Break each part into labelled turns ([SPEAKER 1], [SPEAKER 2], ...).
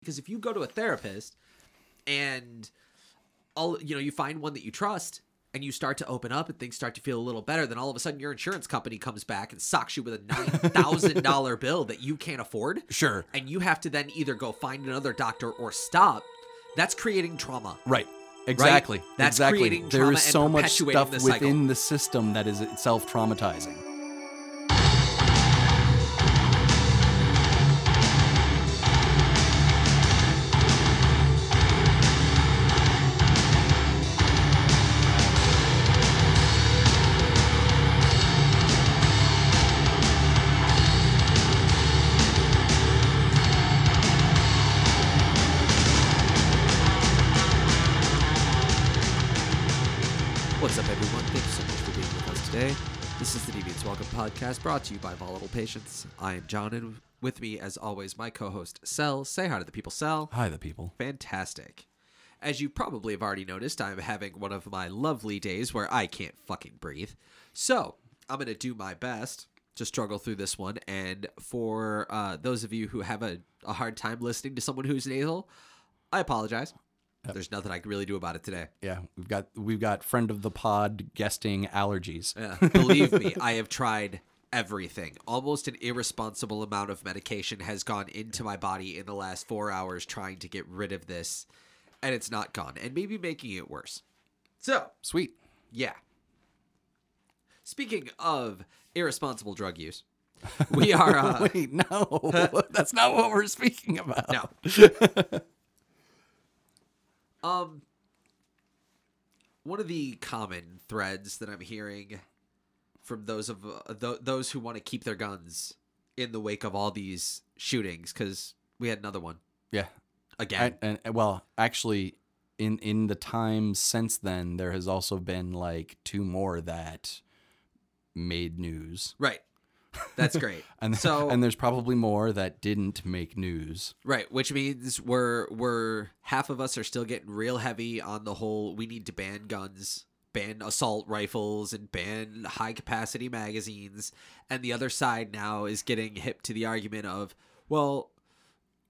[SPEAKER 1] because if you go to a therapist and all you know you find one that you trust and you start to open up and things start to feel a little better then all of a sudden your insurance company comes back and socks you with a $9000 bill that you can't afford
[SPEAKER 2] Sure.
[SPEAKER 1] and you have to then either go find another doctor or stop that's creating trauma
[SPEAKER 2] Right. Exactly.
[SPEAKER 1] That's
[SPEAKER 2] exactly.
[SPEAKER 1] creating
[SPEAKER 2] There
[SPEAKER 1] trauma
[SPEAKER 2] is
[SPEAKER 1] and
[SPEAKER 2] so much
[SPEAKER 1] perpetuating
[SPEAKER 2] stuff
[SPEAKER 1] the cycle.
[SPEAKER 2] within the system that is itself traumatizing.
[SPEAKER 1] What's up, everyone? Thank you so much for being with us today. This is the Deviants Welcome podcast brought to you by Volatile Patients. I am John, and with me, as always, my co host, Sel. Say hi to the people, Sel.
[SPEAKER 2] Hi, the people.
[SPEAKER 1] Fantastic. As you probably have already noticed, I'm having one of my lovely days where I can't fucking breathe. So I'm going to do my best to struggle through this one. And for uh, those of you who have a, a hard time listening to someone who's nasal, I apologize. There's nothing I can really do about it today.
[SPEAKER 2] Yeah, we've got we've got friend of the pod guesting allergies.
[SPEAKER 1] Yeah, believe me, I have tried everything. Almost an irresponsible amount of medication has gone into my body in the last four hours trying to get rid of this, and it's not gone, and maybe making it worse. So,
[SPEAKER 2] Sweet.
[SPEAKER 1] yeah. Speaking of irresponsible drug use, we are. Uh,
[SPEAKER 2] Wait, no, that's not what we're speaking about.
[SPEAKER 1] no. um, one of the common threads that I'm hearing from those of uh, th- those who want to keep their guns in the wake of all these shootings, because we had another one
[SPEAKER 2] Yeah,
[SPEAKER 1] again.
[SPEAKER 2] and, and, and- well, actually, in in the time since then, there has also been like two more that made news,
[SPEAKER 1] right. That's great.
[SPEAKER 2] and
[SPEAKER 1] so
[SPEAKER 2] and there's probably more that didn't make news.
[SPEAKER 1] Right, which means we're we're half of us are still getting real heavy on the whole we need to ban guns, ban assault rifles and ban high capacity magazines and the other side now is getting hip to the argument of well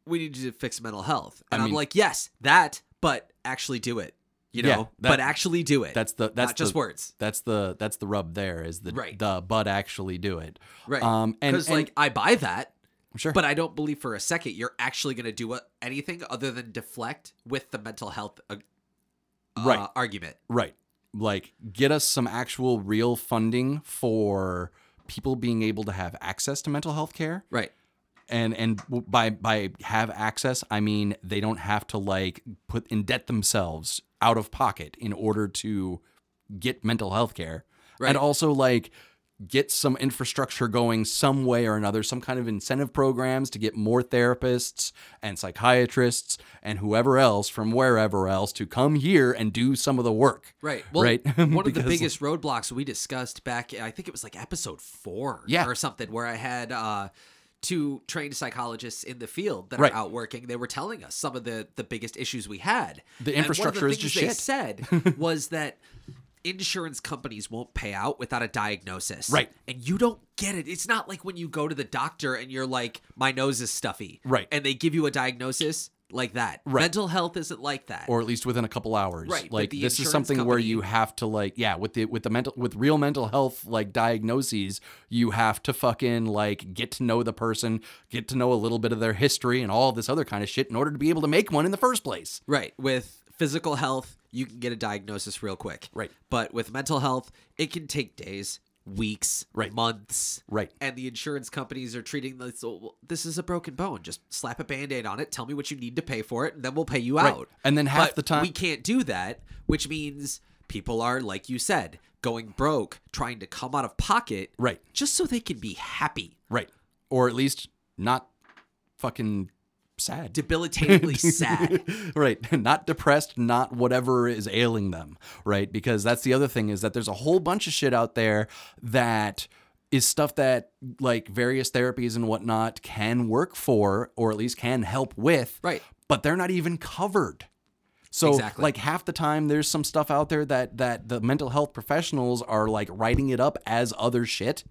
[SPEAKER 1] we need to fix mental health.
[SPEAKER 2] I
[SPEAKER 1] And I am
[SPEAKER 2] mean-
[SPEAKER 1] like, yes, that, but actually do it. You know,
[SPEAKER 2] Yeah, that-
[SPEAKER 1] but actually do it.
[SPEAKER 2] That's the that's
[SPEAKER 1] not just
[SPEAKER 2] the,
[SPEAKER 1] words.
[SPEAKER 2] That's the that's the rub. There is the
[SPEAKER 1] Right.
[SPEAKER 2] the but actually do it.
[SPEAKER 1] Right.
[SPEAKER 2] Um, and,
[SPEAKER 1] Cuz
[SPEAKER 2] and
[SPEAKER 1] like I buy that,
[SPEAKER 2] sure,
[SPEAKER 1] But I don't believe for a second you're actually going to do a- anything other than deflect with the mental health uh, uh,
[SPEAKER 2] Right.
[SPEAKER 1] argument.
[SPEAKER 2] Right. Like, get us some actual real funding for people being able to have access to mental health care.
[SPEAKER 1] Right.
[SPEAKER 2] And and w- by by have access, I mean they don't have to like put indebt themselves out of pocket in order to get mental health care.
[SPEAKER 1] Right.
[SPEAKER 2] And also like get some infrastructure going some way or another, some kind of incentive programs to get more therapists and psychiatrists and whoever else from wherever else to come here and do some of the work.
[SPEAKER 1] Right. Well,
[SPEAKER 2] Right.
[SPEAKER 1] one of the
[SPEAKER 2] Because-
[SPEAKER 1] biggest roadblocks we discussed back, I think it was like episode four
[SPEAKER 2] Yeah.
[SPEAKER 1] or something, where I had uh, two trained psychologists in the field that
[SPEAKER 2] Right.
[SPEAKER 1] are out working. They were telling us some of the, the biggest issues we had. And
[SPEAKER 2] The
[SPEAKER 1] one of
[SPEAKER 2] infrastructure is
[SPEAKER 1] things
[SPEAKER 2] just
[SPEAKER 1] they
[SPEAKER 2] shit.
[SPEAKER 1] said was that insurance companies won't pay out without a diagnosis.
[SPEAKER 2] Right.
[SPEAKER 1] And you don't get it. It's not like when you go to the doctor and you're like, my nose is stuffy.
[SPEAKER 2] Right.
[SPEAKER 1] And they give you a diagnosis like that. Mental health isn't like that.
[SPEAKER 2] or at least within a couple hours.
[SPEAKER 1] Right, with
[SPEAKER 2] Like
[SPEAKER 1] the
[SPEAKER 2] this is
[SPEAKER 1] insurance
[SPEAKER 2] something where
[SPEAKER 1] company.
[SPEAKER 2] you have to like yeah, with the with the mental with real mental health like diagnoses, you have to fucking like get to know the person, get to know a little bit of their history and all this other kind of shit in order to be able to make one in the first place.
[SPEAKER 1] Right. With physical health, you can get a diagnosis real quick.
[SPEAKER 2] Right.
[SPEAKER 1] But with mental health, it can take days, weeks,
[SPEAKER 2] Right.
[SPEAKER 1] months.
[SPEAKER 2] Right.
[SPEAKER 1] And the insurance companies are treating this, "Oh, well, this is a broken bone. Just slap a band aid on it. Tell me what you need to pay for it, and then we'll pay you out.
[SPEAKER 2] And then half
[SPEAKER 1] But
[SPEAKER 2] the time
[SPEAKER 1] we can't do that, which means people are, like you said, going broke, trying to come out of pocket.
[SPEAKER 2] Right.
[SPEAKER 1] Just so they can be happy.
[SPEAKER 2] Right. Or at least not fucking sad.
[SPEAKER 1] Debilitatingly sad.
[SPEAKER 2] right not depressed not whatever is ailing them right because that's the other thing is that there's a whole bunch of shit out there that is stuff that like various therapies and whatnot can work for or at least can help with
[SPEAKER 1] Right.
[SPEAKER 2] but they're not even covered so
[SPEAKER 1] Exactly.
[SPEAKER 2] like half the time there's some stuff out there that that the mental health professionals are like writing it up as other shit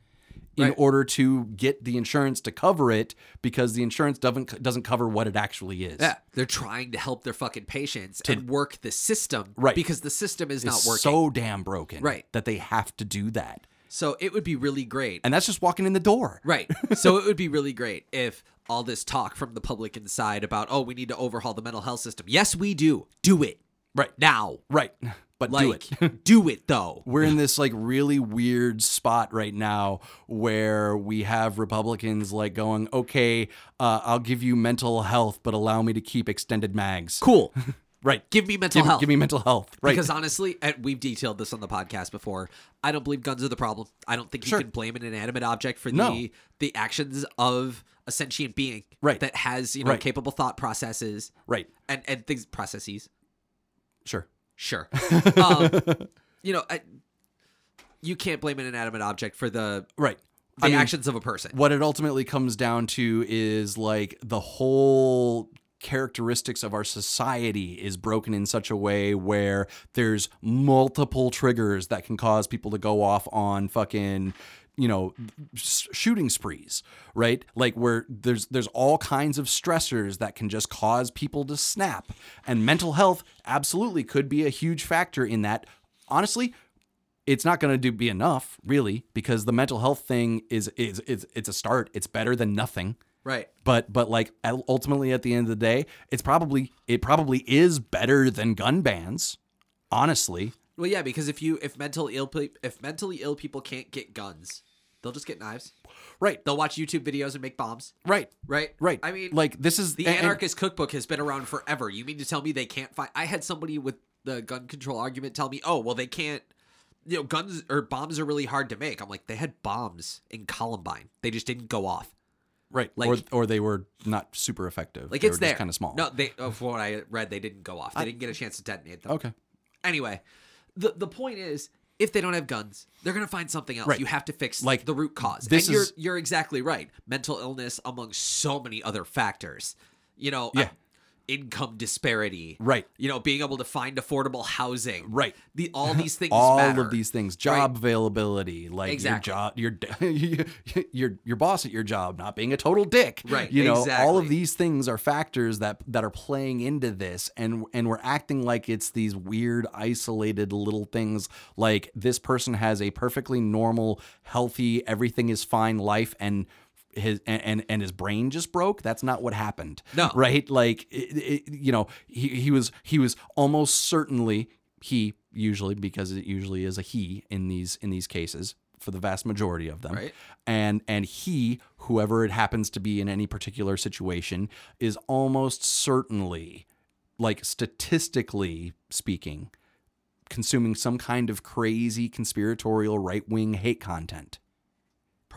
[SPEAKER 2] in
[SPEAKER 1] Right.
[SPEAKER 2] order to get the insurance to cover it because the insurance doesn't doesn't cover what it actually is.
[SPEAKER 1] Yeah, they're trying to help their fucking patients and work the system,
[SPEAKER 2] Right.
[SPEAKER 1] Because the system is not
[SPEAKER 2] It's
[SPEAKER 1] working.
[SPEAKER 2] so damn broken
[SPEAKER 1] Right.
[SPEAKER 2] that they have to do that.
[SPEAKER 1] so it would be really great
[SPEAKER 2] And that's just walking in the door.
[SPEAKER 1] Right. So it would be really great if all this talk from the public inside about, oh, we need to overhaul the mental health system. Yes, we do. Do it
[SPEAKER 2] Right.
[SPEAKER 1] now.
[SPEAKER 2] Right. But
[SPEAKER 1] Like,
[SPEAKER 2] do it.
[SPEAKER 1] do it though.
[SPEAKER 2] We're in this like really weird spot right now where we have Republicans like going, okay, uh, I'll give you mental health, but allow me to keep extended mags.
[SPEAKER 1] Cool.
[SPEAKER 2] Right.
[SPEAKER 1] Give me mental
[SPEAKER 2] Give,
[SPEAKER 1] health.
[SPEAKER 2] give me mental health. Right.
[SPEAKER 1] Because honestly, and we've detailed this on the podcast before. I don't believe guns are the problem. I don't think you
[SPEAKER 2] Sure.
[SPEAKER 1] can blame an inanimate object for
[SPEAKER 2] No.
[SPEAKER 1] the the actions of a sentient being
[SPEAKER 2] Right.
[SPEAKER 1] that has you know
[SPEAKER 2] Right.
[SPEAKER 1] capable thought processes
[SPEAKER 2] right.
[SPEAKER 1] and and things processes.
[SPEAKER 2] Sure.
[SPEAKER 1] Sure. Um, you know, I, you can't blame an inanimate object for the
[SPEAKER 2] Right.
[SPEAKER 1] the
[SPEAKER 2] I mean,
[SPEAKER 1] actions of a person.
[SPEAKER 2] what it ultimately comes down to is like the whole characteristics of our society is broken in such a way where there's multiple triggers that can cause people to go off on fucking you know s- shooting sprees right like where there's there's all kinds of stressors that can just cause people to snap and mental health absolutely could be a huge factor in that honestly it's not going to do be enough really because the mental health thing is is it's it's a start it's better than nothing
[SPEAKER 1] Right.
[SPEAKER 2] but but like ul- ultimately at the end of the day it's probably it probably is better than gun bans honestly
[SPEAKER 1] Well, yeah, because if you if mentally ill pe- if mentally ill people can't get guns, they'll just get knives.
[SPEAKER 2] right
[SPEAKER 1] They'll watch YouTube videos and make bombs.
[SPEAKER 2] right
[SPEAKER 1] Right.
[SPEAKER 2] right
[SPEAKER 1] I mean,
[SPEAKER 2] like this is
[SPEAKER 1] the
[SPEAKER 2] and- and-
[SPEAKER 1] anarchist cookbook has been around forever. You mean to tell me they can't find? I had somebody with the gun control argument tell me, oh, well, they can't. You know, guns or bombs are really hard to make. I'm like, they had bombs in Columbine. They just didn't go off.
[SPEAKER 2] right
[SPEAKER 1] like-
[SPEAKER 2] or or they were not super effective
[SPEAKER 1] Like
[SPEAKER 2] they
[SPEAKER 1] it's
[SPEAKER 2] were
[SPEAKER 1] there,
[SPEAKER 2] just kind of small
[SPEAKER 1] No, they. Of what I read, they didn't go off. They didn't get a chance to detonate them.
[SPEAKER 2] okay
[SPEAKER 1] anyway, the the point is if they don't have guns, they're going to find something else.
[SPEAKER 2] Right.
[SPEAKER 1] You have to fix
[SPEAKER 2] Like,
[SPEAKER 1] the root cause.
[SPEAKER 2] this
[SPEAKER 1] and you're
[SPEAKER 2] is-
[SPEAKER 1] you're exactly right. Mental illness among so many other factors. You know, uh,
[SPEAKER 2] Yeah.
[SPEAKER 1] income disparity.
[SPEAKER 2] Right.
[SPEAKER 1] You know, being able to find affordable housing.
[SPEAKER 2] Right.
[SPEAKER 1] The all these things
[SPEAKER 2] all
[SPEAKER 1] matter.
[SPEAKER 2] of these things job availability like
[SPEAKER 1] Exactly.
[SPEAKER 2] your job your your your boss at your job not being a total dick
[SPEAKER 1] Right,
[SPEAKER 2] you know all
[SPEAKER 1] exactly.
[SPEAKER 2] of these things are factors that that are playing into this and and we're acting like it's these weird isolated little things like this person has a perfectly normal healthy everything is fine life and his and, and and his brain just broke that's not what happened
[SPEAKER 1] No.
[SPEAKER 2] right like it, it, you know he, he was he was almost certainly he usually because it usually is a he in these in these cases for the vast majority of them
[SPEAKER 1] Right.
[SPEAKER 2] and and he whoever it happens to be in any particular situation is almost certainly like statistically speaking consuming some kind of crazy conspiratorial right-wing hate content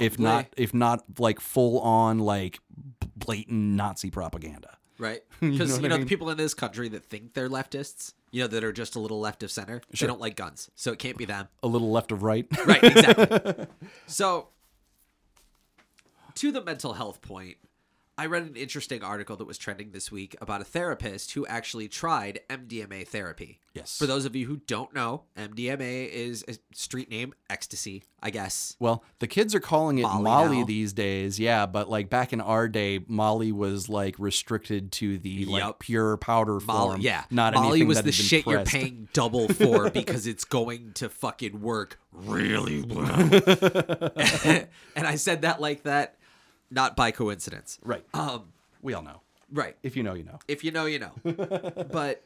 [SPEAKER 2] if
[SPEAKER 1] Probably.
[SPEAKER 2] not if not like full on like b- blatant Nazi propaganda.
[SPEAKER 1] Right. Because you know,
[SPEAKER 2] what I
[SPEAKER 1] the
[SPEAKER 2] mean?
[SPEAKER 1] people in this country that think they're leftists, you know, that are just a little left of center, they don't like guns. So it can't be them.
[SPEAKER 2] A little left of right.
[SPEAKER 1] Right, exactly. so, to the mental health point, I read an interesting article that was trending this week about a therapist who actually tried MDMA therapy.
[SPEAKER 2] Yes.
[SPEAKER 1] For those of you who don't know, MDMA is a street name, ecstasy, I guess.
[SPEAKER 2] well, the kids are calling it
[SPEAKER 1] Molly
[SPEAKER 2] Molly,
[SPEAKER 1] now.
[SPEAKER 2] these days, yeah, but like back in our day, Molly was like restricted to the
[SPEAKER 1] Yup.
[SPEAKER 2] like pure powder
[SPEAKER 1] Molly,
[SPEAKER 2] form.
[SPEAKER 1] yeah.
[SPEAKER 2] not
[SPEAKER 1] Molly
[SPEAKER 2] anything
[SPEAKER 1] was
[SPEAKER 2] that
[SPEAKER 1] the
[SPEAKER 2] had been
[SPEAKER 1] shit you're
[SPEAKER 2] pressed.
[SPEAKER 1] paying double for because it's going to fucking work really well. and I said that like that, not by coincidence.
[SPEAKER 2] Right,
[SPEAKER 1] Um,
[SPEAKER 2] we all know.
[SPEAKER 1] right.
[SPEAKER 2] If you know, you know.
[SPEAKER 1] if you know, you know. but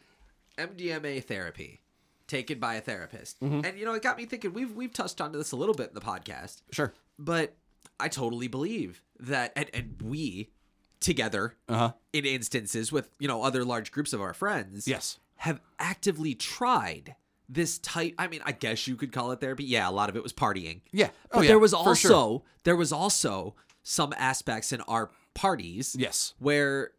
[SPEAKER 1] MDMA therapy taken by a therapist,
[SPEAKER 2] Mm-hmm.
[SPEAKER 1] and you know, it got me thinking. We've we've touched on this a little bit in the podcast,
[SPEAKER 2] Sure.
[SPEAKER 1] but I totally believe that, and, and we together
[SPEAKER 2] Uh-huh.
[SPEAKER 1] in instances with you know other large groups of our friends,
[SPEAKER 2] Yes.
[SPEAKER 1] have actively tried this type. I mean, I guess you could call it therapy. Yeah, a lot of it was partying.
[SPEAKER 2] Yeah.
[SPEAKER 1] but
[SPEAKER 2] Oh, yeah,
[SPEAKER 1] there was
[SPEAKER 2] for
[SPEAKER 1] also
[SPEAKER 2] sure.
[SPEAKER 1] there was also some aspects in our parties
[SPEAKER 2] Yes.
[SPEAKER 1] where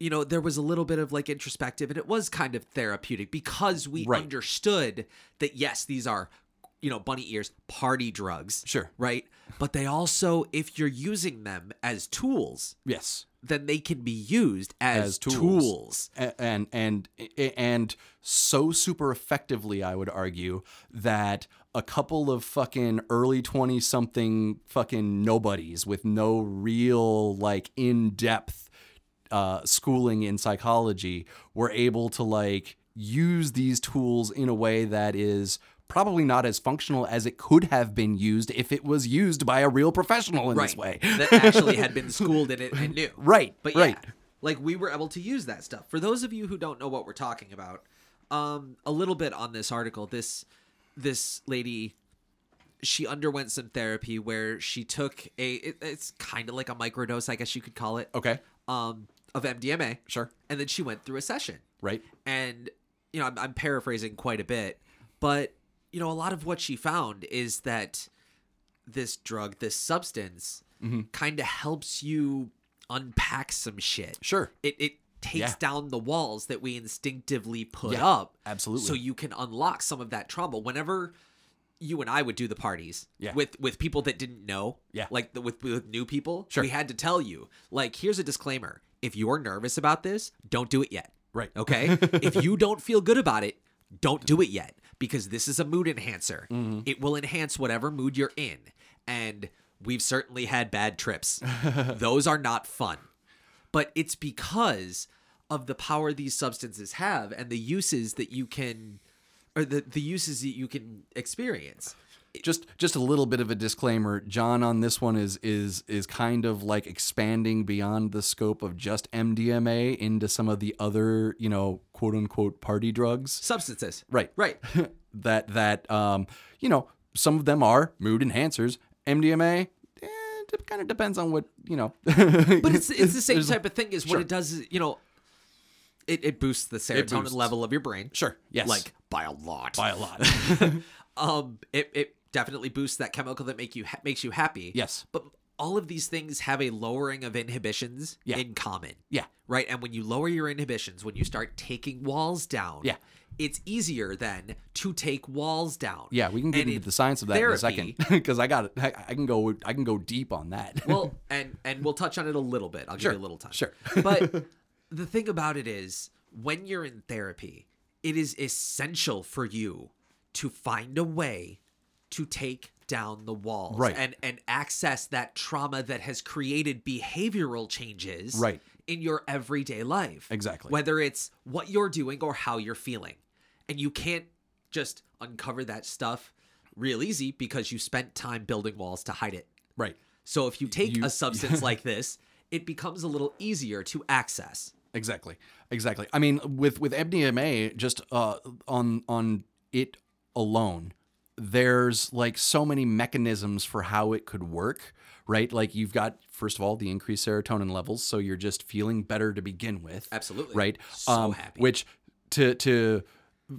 [SPEAKER 1] you know there was a little bit of like introspective and it was kind of therapeutic because we
[SPEAKER 2] Right.
[SPEAKER 1] understood that yes these are you know bunny ears party drugs
[SPEAKER 2] Sure.
[SPEAKER 1] right but they also if you're using them as tools
[SPEAKER 2] Yes.
[SPEAKER 1] then they can be used as,
[SPEAKER 2] As
[SPEAKER 1] tools.
[SPEAKER 2] tools. A- and and and so super effectively i would argue that a couple of fucking early 20 something fucking nobodies with no real like in-depth uh, schooling in psychology were able to like use these tools in a way that is probably not as functional as it could have been used if it was used by a real professional in this way.
[SPEAKER 1] that actually had been schooled in it and knew.
[SPEAKER 2] Right,
[SPEAKER 1] But
[SPEAKER 2] right.
[SPEAKER 1] yeah, like we were able to use that stuff. For those of you who don't know what we're talking about, um, a little bit on this article, this this lady she underwent some therapy where she took a it, it's kind of like a microdose, I guess you could call it.
[SPEAKER 2] Okay.
[SPEAKER 1] Um, of MDMA.
[SPEAKER 2] Sure.
[SPEAKER 1] And then she went through a session
[SPEAKER 2] Right.
[SPEAKER 1] and you know I'm, I'm paraphrasing quite a bit but you know a lot of what she found is that this drug this substance
[SPEAKER 2] Mm-hmm.
[SPEAKER 1] kind of helps you unpack some shit
[SPEAKER 2] Sure.
[SPEAKER 1] it, it takes
[SPEAKER 2] Yeah.
[SPEAKER 1] down the walls that we instinctively put
[SPEAKER 2] Yeah,
[SPEAKER 1] up
[SPEAKER 2] absolutely.
[SPEAKER 1] so you can unlock some of that trauma whenever you and I would do the parties
[SPEAKER 2] Yeah.
[SPEAKER 1] with with people that didn't know,
[SPEAKER 2] Yeah.
[SPEAKER 1] like the, with with new people.
[SPEAKER 2] Sure.
[SPEAKER 1] We had to tell you, like, here's a disclaimer: if you're nervous about this, don't do it yet.
[SPEAKER 2] Right.
[SPEAKER 1] Okay. if you don't feel good about it, don't do it yet because this is a mood enhancer.
[SPEAKER 2] Mm-hmm.
[SPEAKER 1] It will enhance whatever mood you're in. And we've certainly had bad trips. Those are not fun. But it's because of the power these substances have and the uses that you can or the, the uses that you can experience.
[SPEAKER 2] just just a little bit of a disclaimer john on this one is is is kind of like expanding beyond the scope of just mdma into some of the other you know quote unquote party drugs
[SPEAKER 1] Substances.
[SPEAKER 2] right
[SPEAKER 1] Right.
[SPEAKER 2] that that um you know some of them are mood enhancers mdma eh, it kind of depends on what you know
[SPEAKER 1] But it's it's the same type of thing as what it does is, you know, it, it boosts the serotonin
[SPEAKER 2] boosts.
[SPEAKER 1] level of your brain.
[SPEAKER 2] sure yes
[SPEAKER 1] Like by a lot.
[SPEAKER 2] by a lot
[SPEAKER 1] um it, it definitely boosts that chemical that make you ha- makes you happy
[SPEAKER 2] Yes.
[SPEAKER 1] but all of these things have a lowering of inhibitions
[SPEAKER 2] Yeah.
[SPEAKER 1] in common
[SPEAKER 2] yeah
[SPEAKER 1] right and when you lower your inhibitions when you start taking walls down
[SPEAKER 2] Yeah.
[SPEAKER 1] it's easier then to take walls down
[SPEAKER 2] yeah we can get
[SPEAKER 1] And
[SPEAKER 2] into the science of that in a second
[SPEAKER 1] therapy-
[SPEAKER 2] because i got it I, I can go i can go deep on that
[SPEAKER 1] well, and and we'll touch on it a little bit. I'll give you a little time.
[SPEAKER 2] sure.
[SPEAKER 1] but the thing about it is, when you're in therapy, it is essential for you to find a way to take down the walls
[SPEAKER 2] Right.
[SPEAKER 1] and and access that trauma that has created behavioral changes
[SPEAKER 2] Right.
[SPEAKER 1] in your everyday life.
[SPEAKER 2] Exactly.
[SPEAKER 1] Whether it's what you're doing or how you're feeling. And you can't just uncover that stuff real easy because you spent time building walls to hide it.
[SPEAKER 2] right
[SPEAKER 1] So if you take
[SPEAKER 2] You-
[SPEAKER 1] a substance like this, it becomes a little easier to access.
[SPEAKER 2] Exactly. Exactly. I mean, with with MDMA, just uh, on on it alone, there's like so many mechanisms for how it could work, right? Like you've got first of all the increased serotonin levels, so you're just feeling better to begin with.
[SPEAKER 1] Absolutely.
[SPEAKER 2] Right.
[SPEAKER 1] So
[SPEAKER 2] Um,
[SPEAKER 1] happy.
[SPEAKER 2] Which to to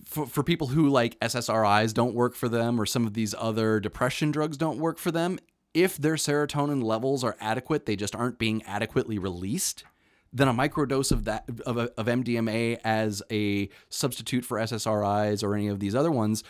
[SPEAKER 2] for, for people who like SSRIs don't work for them, or some of these other depression drugs don't work for them. If their serotonin levels are adequate, they just aren't being adequately released. Then a microdose of that of, a- of MDMA as a substitute for SSRIs or any of these other ones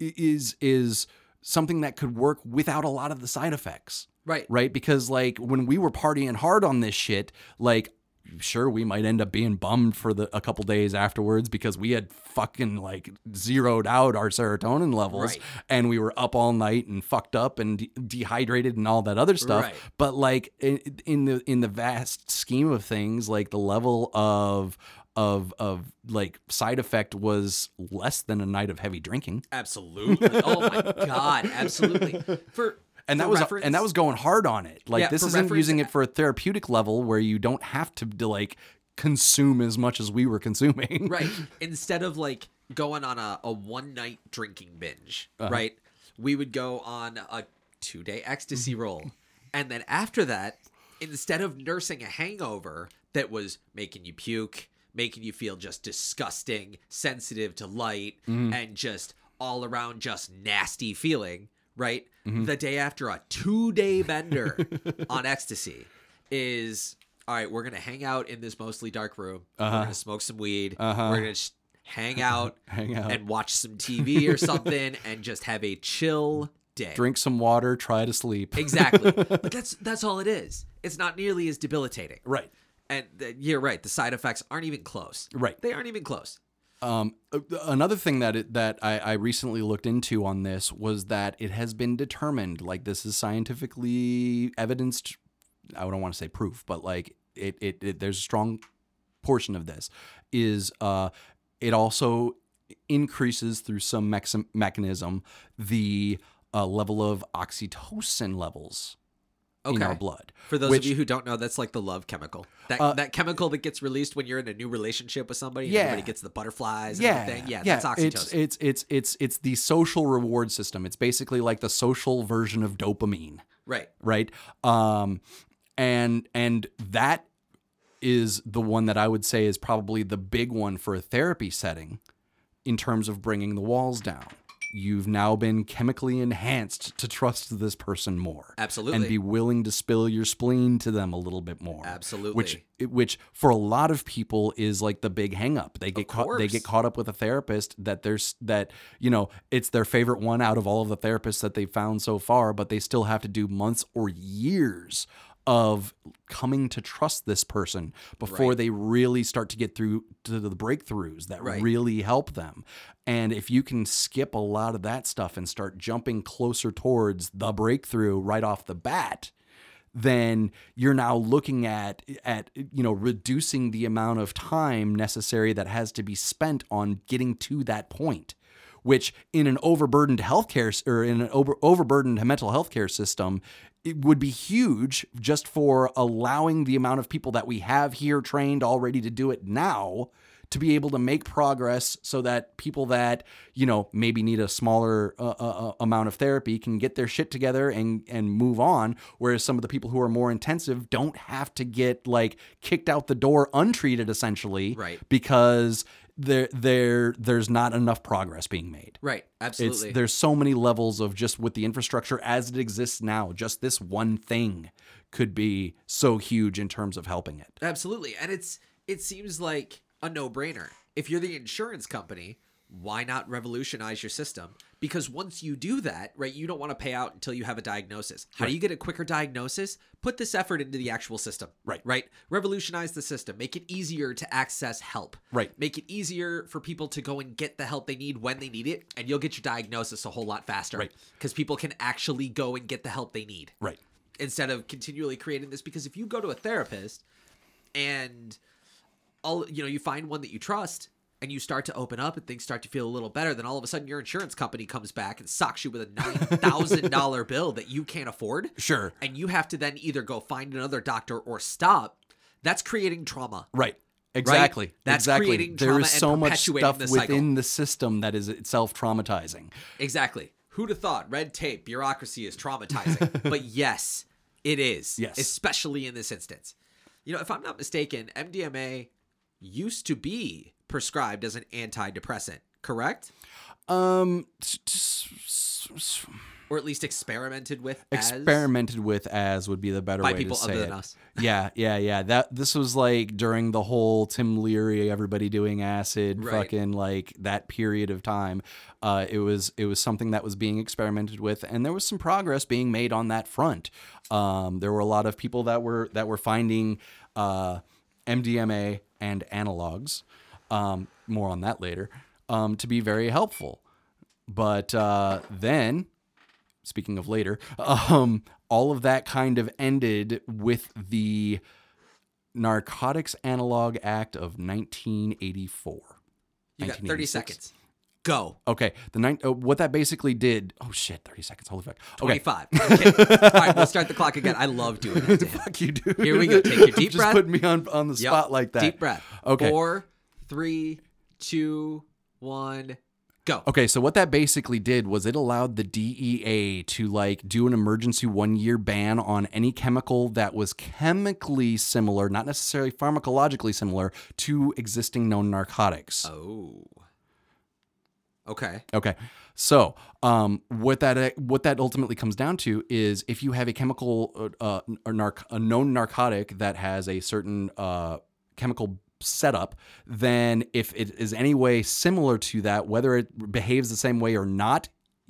[SPEAKER 2] i- is is something that could work without a lot of the side effects
[SPEAKER 1] Right.
[SPEAKER 2] right? Because like when we were partying hard on this shit, like sure we might end up being bummed for the a couple days afterwards because we had fucking like zeroed out our serotonin levels
[SPEAKER 1] Right.
[SPEAKER 2] and we were up all night and fucked up and de- dehydrated and all that other stuff.
[SPEAKER 1] Right.
[SPEAKER 2] But like in, in the in the vast scheme of things, like the level of of of like side effect was less than a night of heavy drinking.
[SPEAKER 1] Absolutely. Oh my god, absolutely. For
[SPEAKER 2] and that
[SPEAKER 1] for
[SPEAKER 2] was
[SPEAKER 1] reference,
[SPEAKER 2] and that was going hard on it. Like
[SPEAKER 1] Yeah,
[SPEAKER 2] this
[SPEAKER 1] for
[SPEAKER 2] isn't
[SPEAKER 1] reference-
[SPEAKER 2] using it for a therapeutic level where you don't have to, to like consume as much as we were consuming.
[SPEAKER 1] right. Instead of like going on a, a one night drinking binge, right? We would go on a two day ecstasy roll. And then after that, instead of nursing a hangover that was making you puke, making you feel just disgusting, sensitive to light, and just all around just nasty feeling, right? The day after a two day bender on ecstasy is all right, we're going to hang out in this mostly dark room.
[SPEAKER 2] Uh-huh.
[SPEAKER 1] We're going to smoke some weed. We're going to sh- hang out,
[SPEAKER 2] Hang out.
[SPEAKER 1] and watch some TV or something and just have a chill day.
[SPEAKER 2] Drink some water, try to sleep.
[SPEAKER 1] Exactly. but that's that's all it is. It's not nearly as debilitating.
[SPEAKER 2] Right.
[SPEAKER 1] And th- you're right. The side effects aren't even close.
[SPEAKER 2] Right.
[SPEAKER 1] They aren't even close.
[SPEAKER 2] Um, uh, another thing that it, that I, I recently looked into on this was that it has been determined, like this is scientifically evidenced. I don't want to say proof, but like it, it, it there's a strong portion of this is uh, it also increases through some mex- mechanism the uh, level of oxytocin levels in
[SPEAKER 1] Okay.
[SPEAKER 2] our blood.
[SPEAKER 1] For those
[SPEAKER 2] which-
[SPEAKER 1] of you who don't know, that's like the love chemical. That
[SPEAKER 2] Uh,
[SPEAKER 1] that chemical that gets released when you're in a new relationship with somebody. And
[SPEAKER 2] Yeah.
[SPEAKER 1] Everybody gets the butterflies. And Everything. Yeah, That's oxytocin.
[SPEAKER 2] It's, it's it's it's it's the social reward system. It's basically like the social version of dopamine,
[SPEAKER 1] right.
[SPEAKER 2] right? Um, and and that is the one that I would say is probably the big one for a therapy setting, in terms of bringing the walls down. You've now been chemically enhanced to trust this person more.
[SPEAKER 1] Absolutely.
[SPEAKER 2] And be willing to spill your spleen to them a little bit more.
[SPEAKER 1] Absolutely.
[SPEAKER 2] Which it- which for a lot of people is like the big hang up. They get caught they
[SPEAKER 1] course.
[SPEAKER 2] get caught up with a therapist that there's that you know, it's their favorite one out of all of the therapists that they've found so far, but they still have to do months or years of coming to trust this person before
[SPEAKER 1] Right.
[SPEAKER 2] they really start to get through to the breakthroughs that
[SPEAKER 1] Right.
[SPEAKER 2] really help them. And if you can skip a lot of that stuff and start jumping closer towards the breakthrough right off the bat, then you're now looking at at you know reducing the amount of time necessary that has to be spent on getting to that point which in an overburdened healthcare s- or in an over, overburdened mental health care system it would be huge just for allowing the amount of people that we have here trained already to do it now to be able to make progress so that people that you know maybe need a smaller uh, uh, uh, amount of therapy can get their shit together and and move on whereas some of the people who are more intensive don't have to get like kicked out the door untreated essentially
[SPEAKER 1] Right.
[SPEAKER 2] because there there there's not enough progress being made
[SPEAKER 1] Right.
[SPEAKER 2] it's
[SPEAKER 1] Absolutely.
[SPEAKER 2] there's so many levels of just with the infrastructure as it exists now just this one thing could be so huge in terms of helping it
[SPEAKER 1] Absolutely. And it's it seems like a no-brainer. If you're the insurance company, why not revolutionize your system? Because once you do that, right, you don't want to pay out until you have a diagnosis. How do you get a quicker diagnosis? Put this effort into the actual system.
[SPEAKER 2] Right.
[SPEAKER 1] Right? Revolutionize the system. Make it easier to access help.
[SPEAKER 2] Right.
[SPEAKER 1] Make it easier for people to go and get the help they need when they need it, and you'll get your diagnosis a whole lot faster.
[SPEAKER 2] Right.
[SPEAKER 1] Because people can actually go and get the help they need
[SPEAKER 2] right
[SPEAKER 1] instead of continually creating this because if you go to a therapist and all you know you find one that you trust and you start to open up and things start to feel a little better then all of a sudden your insurance company comes back and socks you with a $9000 bill that you can't afford
[SPEAKER 2] sure
[SPEAKER 1] and you have to then either go find another doctor or stop that's creating trauma
[SPEAKER 2] Right. Exactly.
[SPEAKER 1] That's
[SPEAKER 2] exactly.
[SPEAKER 1] creating
[SPEAKER 2] There
[SPEAKER 1] trauma
[SPEAKER 2] is
[SPEAKER 1] and
[SPEAKER 2] so much
[SPEAKER 1] perpetuating
[SPEAKER 2] stuff
[SPEAKER 1] the cycle.
[SPEAKER 2] within the system that is itself traumatizing.
[SPEAKER 1] Exactly. Who'd have thought red tape, bureaucracy is traumatizing? but yes, it is.
[SPEAKER 2] Yes.
[SPEAKER 1] Especially in this instance. You know, if I'm not mistaken, MDMA used to be prescribed as an antidepressant, correct?
[SPEAKER 2] Um, s- s- s- s-
[SPEAKER 1] Or at least experimented with
[SPEAKER 2] experimented with as would be the better
[SPEAKER 1] By
[SPEAKER 2] way
[SPEAKER 1] people
[SPEAKER 2] to
[SPEAKER 1] other
[SPEAKER 2] say
[SPEAKER 1] than
[SPEAKER 2] it.
[SPEAKER 1] us.
[SPEAKER 2] Yeah, yeah, yeah. That this was like during the whole Tim Leary, everybody doing acid,
[SPEAKER 1] Right.
[SPEAKER 2] fucking like that period of time. Uh, it was it was something that was being experimented with, and there was some progress being made on that front. Um, there were a lot of people that were that were finding uh, MDMA and analogs. Um, more on that later. Um, to be very helpful, but uh, then speaking of later, um, all of that kind of ended with the Narcotics Analog Act of 1984.
[SPEAKER 1] as. You got 30
[SPEAKER 2] 1986.
[SPEAKER 1] seconds. Go.
[SPEAKER 2] Okay, the nine, uh, what that basically did. Oh shit, 30 seconds. Holy fuck. Okay,
[SPEAKER 1] 25. Okay. All right, we'll start the clock again. I love doing that. Dan.
[SPEAKER 2] fuck you, dude.
[SPEAKER 1] Here we go. Take your deep
[SPEAKER 2] Just
[SPEAKER 1] breath.
[SPEAKER 2] putting me on on the
[SPEAKER 1] Yep.
[SPEAKER 2] spot like that.
[SPEAKER 1] Deep breath.
[SPEAKER 2] Okay.
[SPEAKER 1] Four, three, two, one, go.
[SPEAKER 2] Okay, so what that basically did was it allowed the DEA to like do an emergency one year ban on any chemical that was chemically similar, not necessarily pharmacologically similar, to existing known narcotics.
[SPEAKER 1] Oh. Okay.
[SPEAKER 2] Okay. So, um, what that what that ultimately comes down to is if you have a chemical uh, uh, or narc- a known narcotic that has a certain uh, chemical setup, then if it is any way similar to that, whether it behaves the same way or not,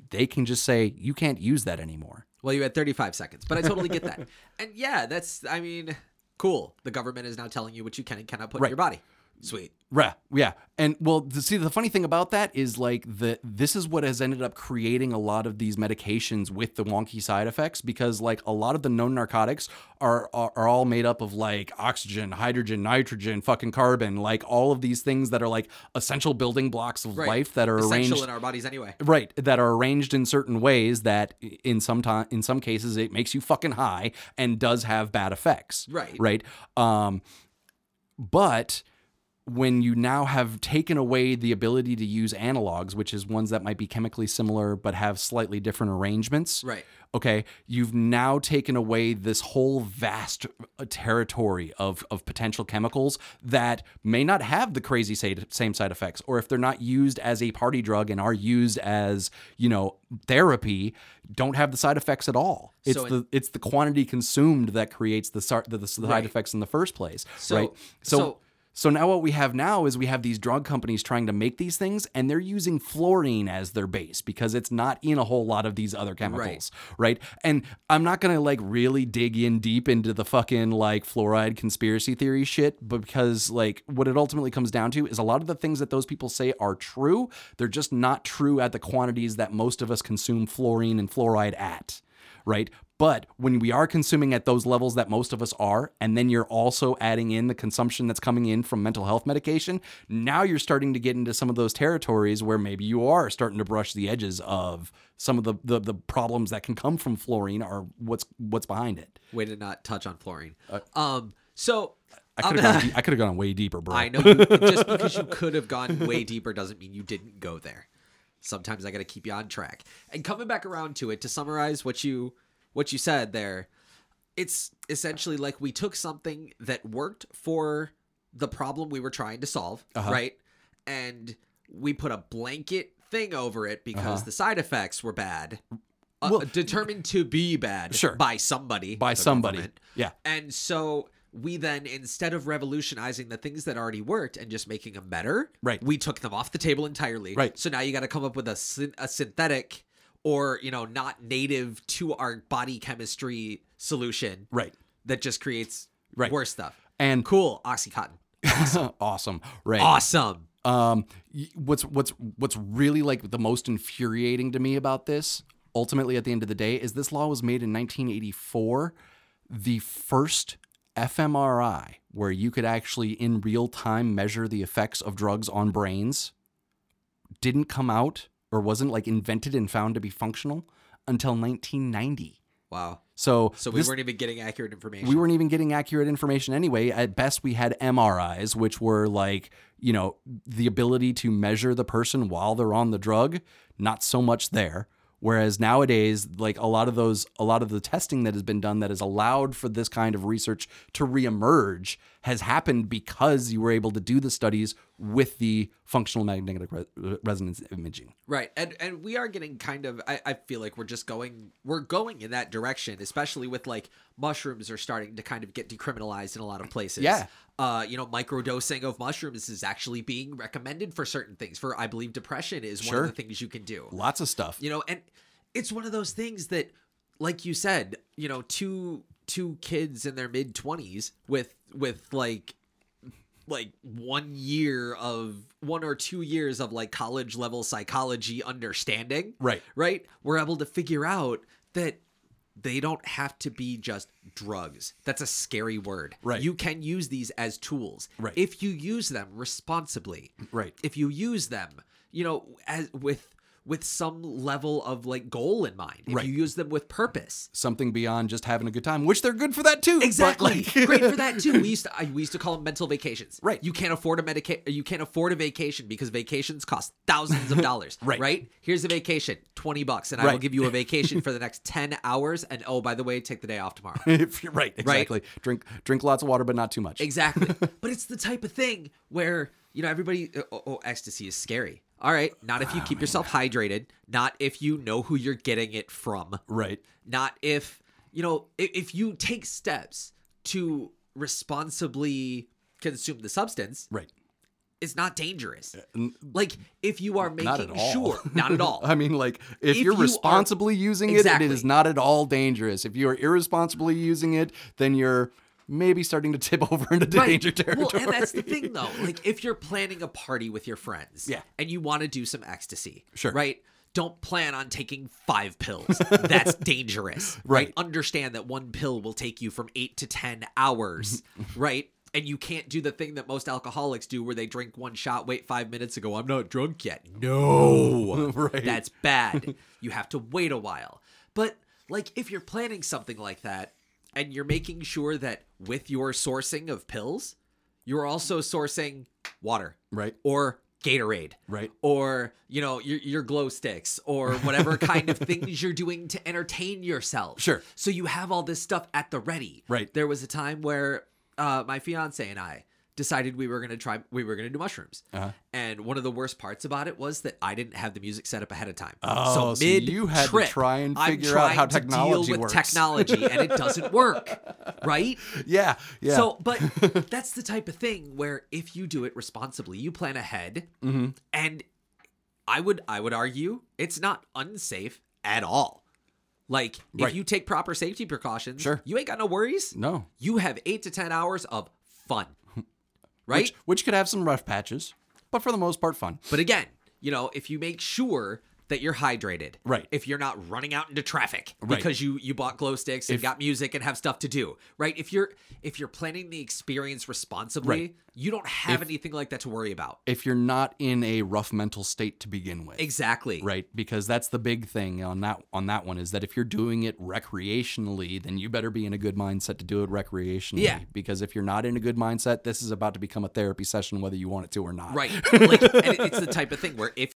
[SPEAKER 2] they can just say you can't use that anymore.
[SPEAKER 1] Well, you had 35 seconds, but I totally get that. and yeah, that's, I mean, cool. The government is now telling you what you can and cannot put in
[SPEAKER 2] Right.
[SPEAKER 1] your body. Sweet.
[SPEAKER 2] Right. Yeah. And well, the, see, the funny thing about that is like the this is what has ended up creating a lot of these medications with the wonky side effects because like a lot of the known narcotics are are, are all made up of like oxygen, hydrogen, nitrogen, fucking carbon, like all of these things that are like essential building blocks of
[SPEAKER 1] Right.
[SPEAKER 2] life that are
[SPEAKER 1] Essential
[SPEAKER 2] arranged
[SPEAKER 1] in our bodies anyway.
[SPEAKER 2] right that are arranged in certain ways that i- in some time in some cases it makes you fucking high and does have bad effects
[SPEAKER 1] Right.
[SPEAKER 2] right um but when you now have taken away the ability to use analogs which is ones that might be chemically similar but have slightly different arrangements
[SPEAKER 1] Right.
[SPEAKER 2] okay you've now taken away this whole vast uh, territory of, of potential chemicals that may not have the crazy sa- same side effects or if they're not used as a party drug and are used as you know therapy don't have the side effects at all it's
[SPEAKER 1] So in-
[SPEAKER 2] the it's the quantity consumed that creates the, sar- the, the side
[SPEAKER 1] Right.
[SPEAKER 2] effects in the first place
[SPEAKER 1] So-
[SPEAKER 2] right so,
[SPEAKER 1] so-
[SPEAKER 2] so now what we have now is we have these drug companies trying to make these things and they're using fluorine as their base because it's not in a whole lot of these other chemicals, right? And I'm not going to like really dig in deep into the fucking like fluoride conspiracy theory shit but because like what it ultimately comes down to is a lot of the things that those people say are true, they're just not true at the quantities that most of us consume fluorine and fluoride at right? But when we are consuming at those levels that most of us are, and then you're also adding in the consumption that's coming in from mental health medication, now you're starting to get into some of those territories where maybe you are starting to brush the edges of some of the the, the problems that can come from fluorine or what's what's behind it.
[SPEAKER 1] Way to not touch on fluorine. um. So
[SPEAKER 2] Uh, I could have gone, de- I could have gone way deeper, bro.
[SPEAKER 1] I know you, just because you could have gone way deeper doesn't mean you didn't go there. Sometimes I got to keep you on track. And coming back around to it to summarize what you what you said there, it's essentially like we took something that worked for the problem we were trying to solve,
[SPEAKER 2] Uh-huh.
[SPEAKER 1] right? And we put a blanket thing over it because the side effects were bad. Uh,
[SPEAKER 2] Uh-huh. Well-
[SPEAKER 1] determined to be bad
[SPEAKER 2] Sure.
[SPEAKER 1] by somebody
[SPEAKER 2] By
[SPEAKER 1] the
[SPEAKER 2] somebody.
[SPEAKER 1] government.
[SPEAKER 2] Yeah.
[SPEAKER 1] And so we then, instead of revolutionizing the things that already worked and just making them better,
[SPEAKER 2] Right.
[SPEAKER 1] We took them off the table entirely.
[SPEAKER 2] Right.
[SPEAKER 1] So now you got to come up with a syn- a synthetic or you know not native to our body chemistry solution
[SPEAKER 2] Right.
[SPEAKER 1] that just creates
[SPEAKER 2] Right.
[SPEAKER 1] worse stuff.
[SPEAKER 2] And
[SPEAKER 1] Cool, OxyContin,
[SPEAKER 2] awesome, right?
[SPEAKER 1] awesome.
[SPEAKER 2] Um, y- what's what's what's really like the most infuriating to me about this, ultimately at the end of the day, is this law was made in 1984, the first fMRI where you could actually in real time measure the effects of drugs on brains didn't come out or wasn't like invented and found to be functional until 1990.
[SPEAKER 1] Wow.
[SPEAKER 2] So,
[SPEAKER 1] So we
[SPEAKER 2] this-
[SPEAKER 1] weren't even getting accurate information.
[SPEAKER 2] we weren't even getting accurate information anyway. At best, we had MRIs, which were like, you know, the ability to measure the person while they're on the drug, not so much there. Whereas nowadays, like a lot of those, a lot of the testing that has been done that has allowed for this kind of research to reemerge has happened because you were able to do the studies with the functional magnetic re- resonance imaging.
[SPEAKER 1] Right, and and we are getting kind of. I, I feel like we're just going. We're going in that direction, especially with like mushrooms are starting to kind of get decriminalized in a lot of places.
[SPEAKER 2] Yeah.
[SPEAKER 1] Uh, you know, microdosing of mushrooms is actually being recommended for certain things. For I believe depression is one
[SPEAKER 2] Sure.
[SPEAKER 1] of the things you can do.
[SPEAKER 2] Lots of stuff.
[SPEAKER 1] You know, and it's one of those things that, like you said, you know, two two kids in their mid twenties with with like like one year of one or two years of like college level psychology understanding
[SPEAKER 2] Right.
[SPEAKER 1] right we're able to figure out that they don't have to be just drugs that's a scary word
[SPEAKER 2] Right.
[SPEAKER 1] you can use these as tools
[SPEAKER 2] Right.
[SPEAKER 1] if you use them responsibly
[SPEAKER 2] Right.
[SPEAKER 1] if you use them you know as with with some level of like goal in mind if
[SPEAKER 2] Right.
[SPEAKER 1] you use them with purpose
[SPEAKER 2] Something beyond just having a good time, which they're good for that too. but,
[SPEAKER 1] Exactly.
[SPEAKER 2] like-
[SPEAKER 1] Great for that too. We used to I, we used to call them mental vacations.
[SPEAKER 2] Right.
[SPEAKER 1] You can't afford a medica- you can't afford a vacation because vacations cost thousands of dollars.
[SPEAKER 2] Right.
[SPEAKER 1] Right? Here's a vacation, 20 bucks and I will
[SPEAKER 2] Right.
[SPEAKER 1] give you a vacation for the next 10 hours and oh by the way, take the day off tomorrow.
[SPEAKER 2] If you're- right, exactly. Drink drink lots of water, but not too much.
[SPEAKER 1] Exactly. but it's the type of thing where, you know, everybody, oh, oh, ecstasy is scary. All right. Not
[SPEAKER 2] Ah,
[SPEAKER 1] if you keep yourself hydrated, not if you know who you're getting it from,
[SPEAKER 2] right.
[SPEAKER 1] not if, you know, if, if you take steps to responsibly consume the substance,
[SPEAKER 2] Right.
[SPEAKER 1] it's not dangerous. Like, if you are making
[SPEAKER 2] Uh, Not at all.
[SPEAKER 1] sure, not at all.
[SPEAKER 2] I mean, like, if,
[SPEAKER 1] Oh. If
[SPEAKER 2] you're
[SPEAKER 1] you are-
[SPEAKER 2] responsibly using it, it
[SPEAKER 1] Exactly.
[SPEAKER 2] is not at all dangerous. If you are irresponsibly using it, then you're maybe starting to tip over into danger territory.
[SPEAKER 1] Well, and that's the thing though. Like if you're planning a party with your friends,
[SPEAKER 2] Yeah.
[SPEAKER 1] and you want to do some ecstasy,
[SPEAKER 2] Sure.
[SPEAKER 1] right? Don't plan on taking five pills. That's dangerous.
[SPEAKER 2] Right.
[SPEAKER 1] And understand that one pill will take you from eight to ten hours, right? And you can't do the thing that most alcoholics do where they drink one shot, wait five minutes and go, I'm not drunk yet. No.
[SPEAKER 2] Oh, Right.
[SPEAKER 1] That's bad. you have to wait a while. But like if you're planning something like that and you're making sure that with your sourcing of pills, you're also sourcing water
[SPEAKER 2] Right.
[SPEAKER 1] or Gatorade.
[SPEAKER 2] Right.
[SPEAKER 1] Or, you know, your, your glow sticks or whatever kind of things you're doing to entertain yourself.
[SPEAKER 2] Sure.
[SPEAKER 1] So you have all this stuff at the ready.
[SPEAKER 2] Right.
[SPEAKER 1] There was a time where uh, my fiance and I decided we were going to try, we were going to do mushrooms.
[SPEAKER 2] Uh-huh.
[SPEAKER 1] And one of the worst parts about it was that I didn't have the music set up ahead of time.
[SPEAKER 2] Oh, so you had to
[SPEAKER 1] mid-trip,
[SPEAKER 2] try and
[SPEAKER 1] I'm
[SPEAKER 2] figure out how
[SPEAKER 1] trying to
[SPEAKER 2] technology
[SPEAKER 1] deal with
[SPEAKER 2] works.
[SPEAKER 1] technology and it doesn't work. Right?
[SPEAKER 2] Yeah. Yeah.
[SPEAKER 1] So, but that's the type of thing where if you do it responsibly, you plan ahead,
[SPEAKER 2] Mm-hmm.
[SPEAKER 1] and I would I would argue it's not unsafe at all. Like
[SPEAKER 2] Right.
[SPEAKER 1] if you take proper safety precautions,
[SPEAKER 2] Sure.
[SPEAKER 1] you ain't got no worries.
[SPEAKER 2] no.
[SPEAKER 1] You have eight to ten hours of fun, right?
[SPEAKER 2] Which, which could have some rough patches, but for the most part, fun.
[SPEAKER 1] But again, you know, if you make sure that you're hydrated,
[SPEAKER 2] Right.
[SPEAKER 1] If you're not running out into traffic
[SPEAKER 2] Right.
[SPEAKER 1] because you you bought glow sticks and got music and have stuff to do, right? If you're if you're planning the experience responsibly,
[SPEAKER 2] Right.
[SPEAKER 1] you don't have anything like that to worry about.
[SPEAKER 2] If you're not in a rough mental state to begin with.
[SPEAKER 1] Exactly.
[SPEAKER 2] right because that's the big thing on that on that one is that if you're doing it recreationally then you better be in a good mindset to do it recreationally
[SPEAKER 1] Yeah.
[SPEAKER 2] because if you're not in a good mindset this is about to become a therapy session whether you want it to or not
[SPEAKER 1] Right. Like and it- it's the type of thing where if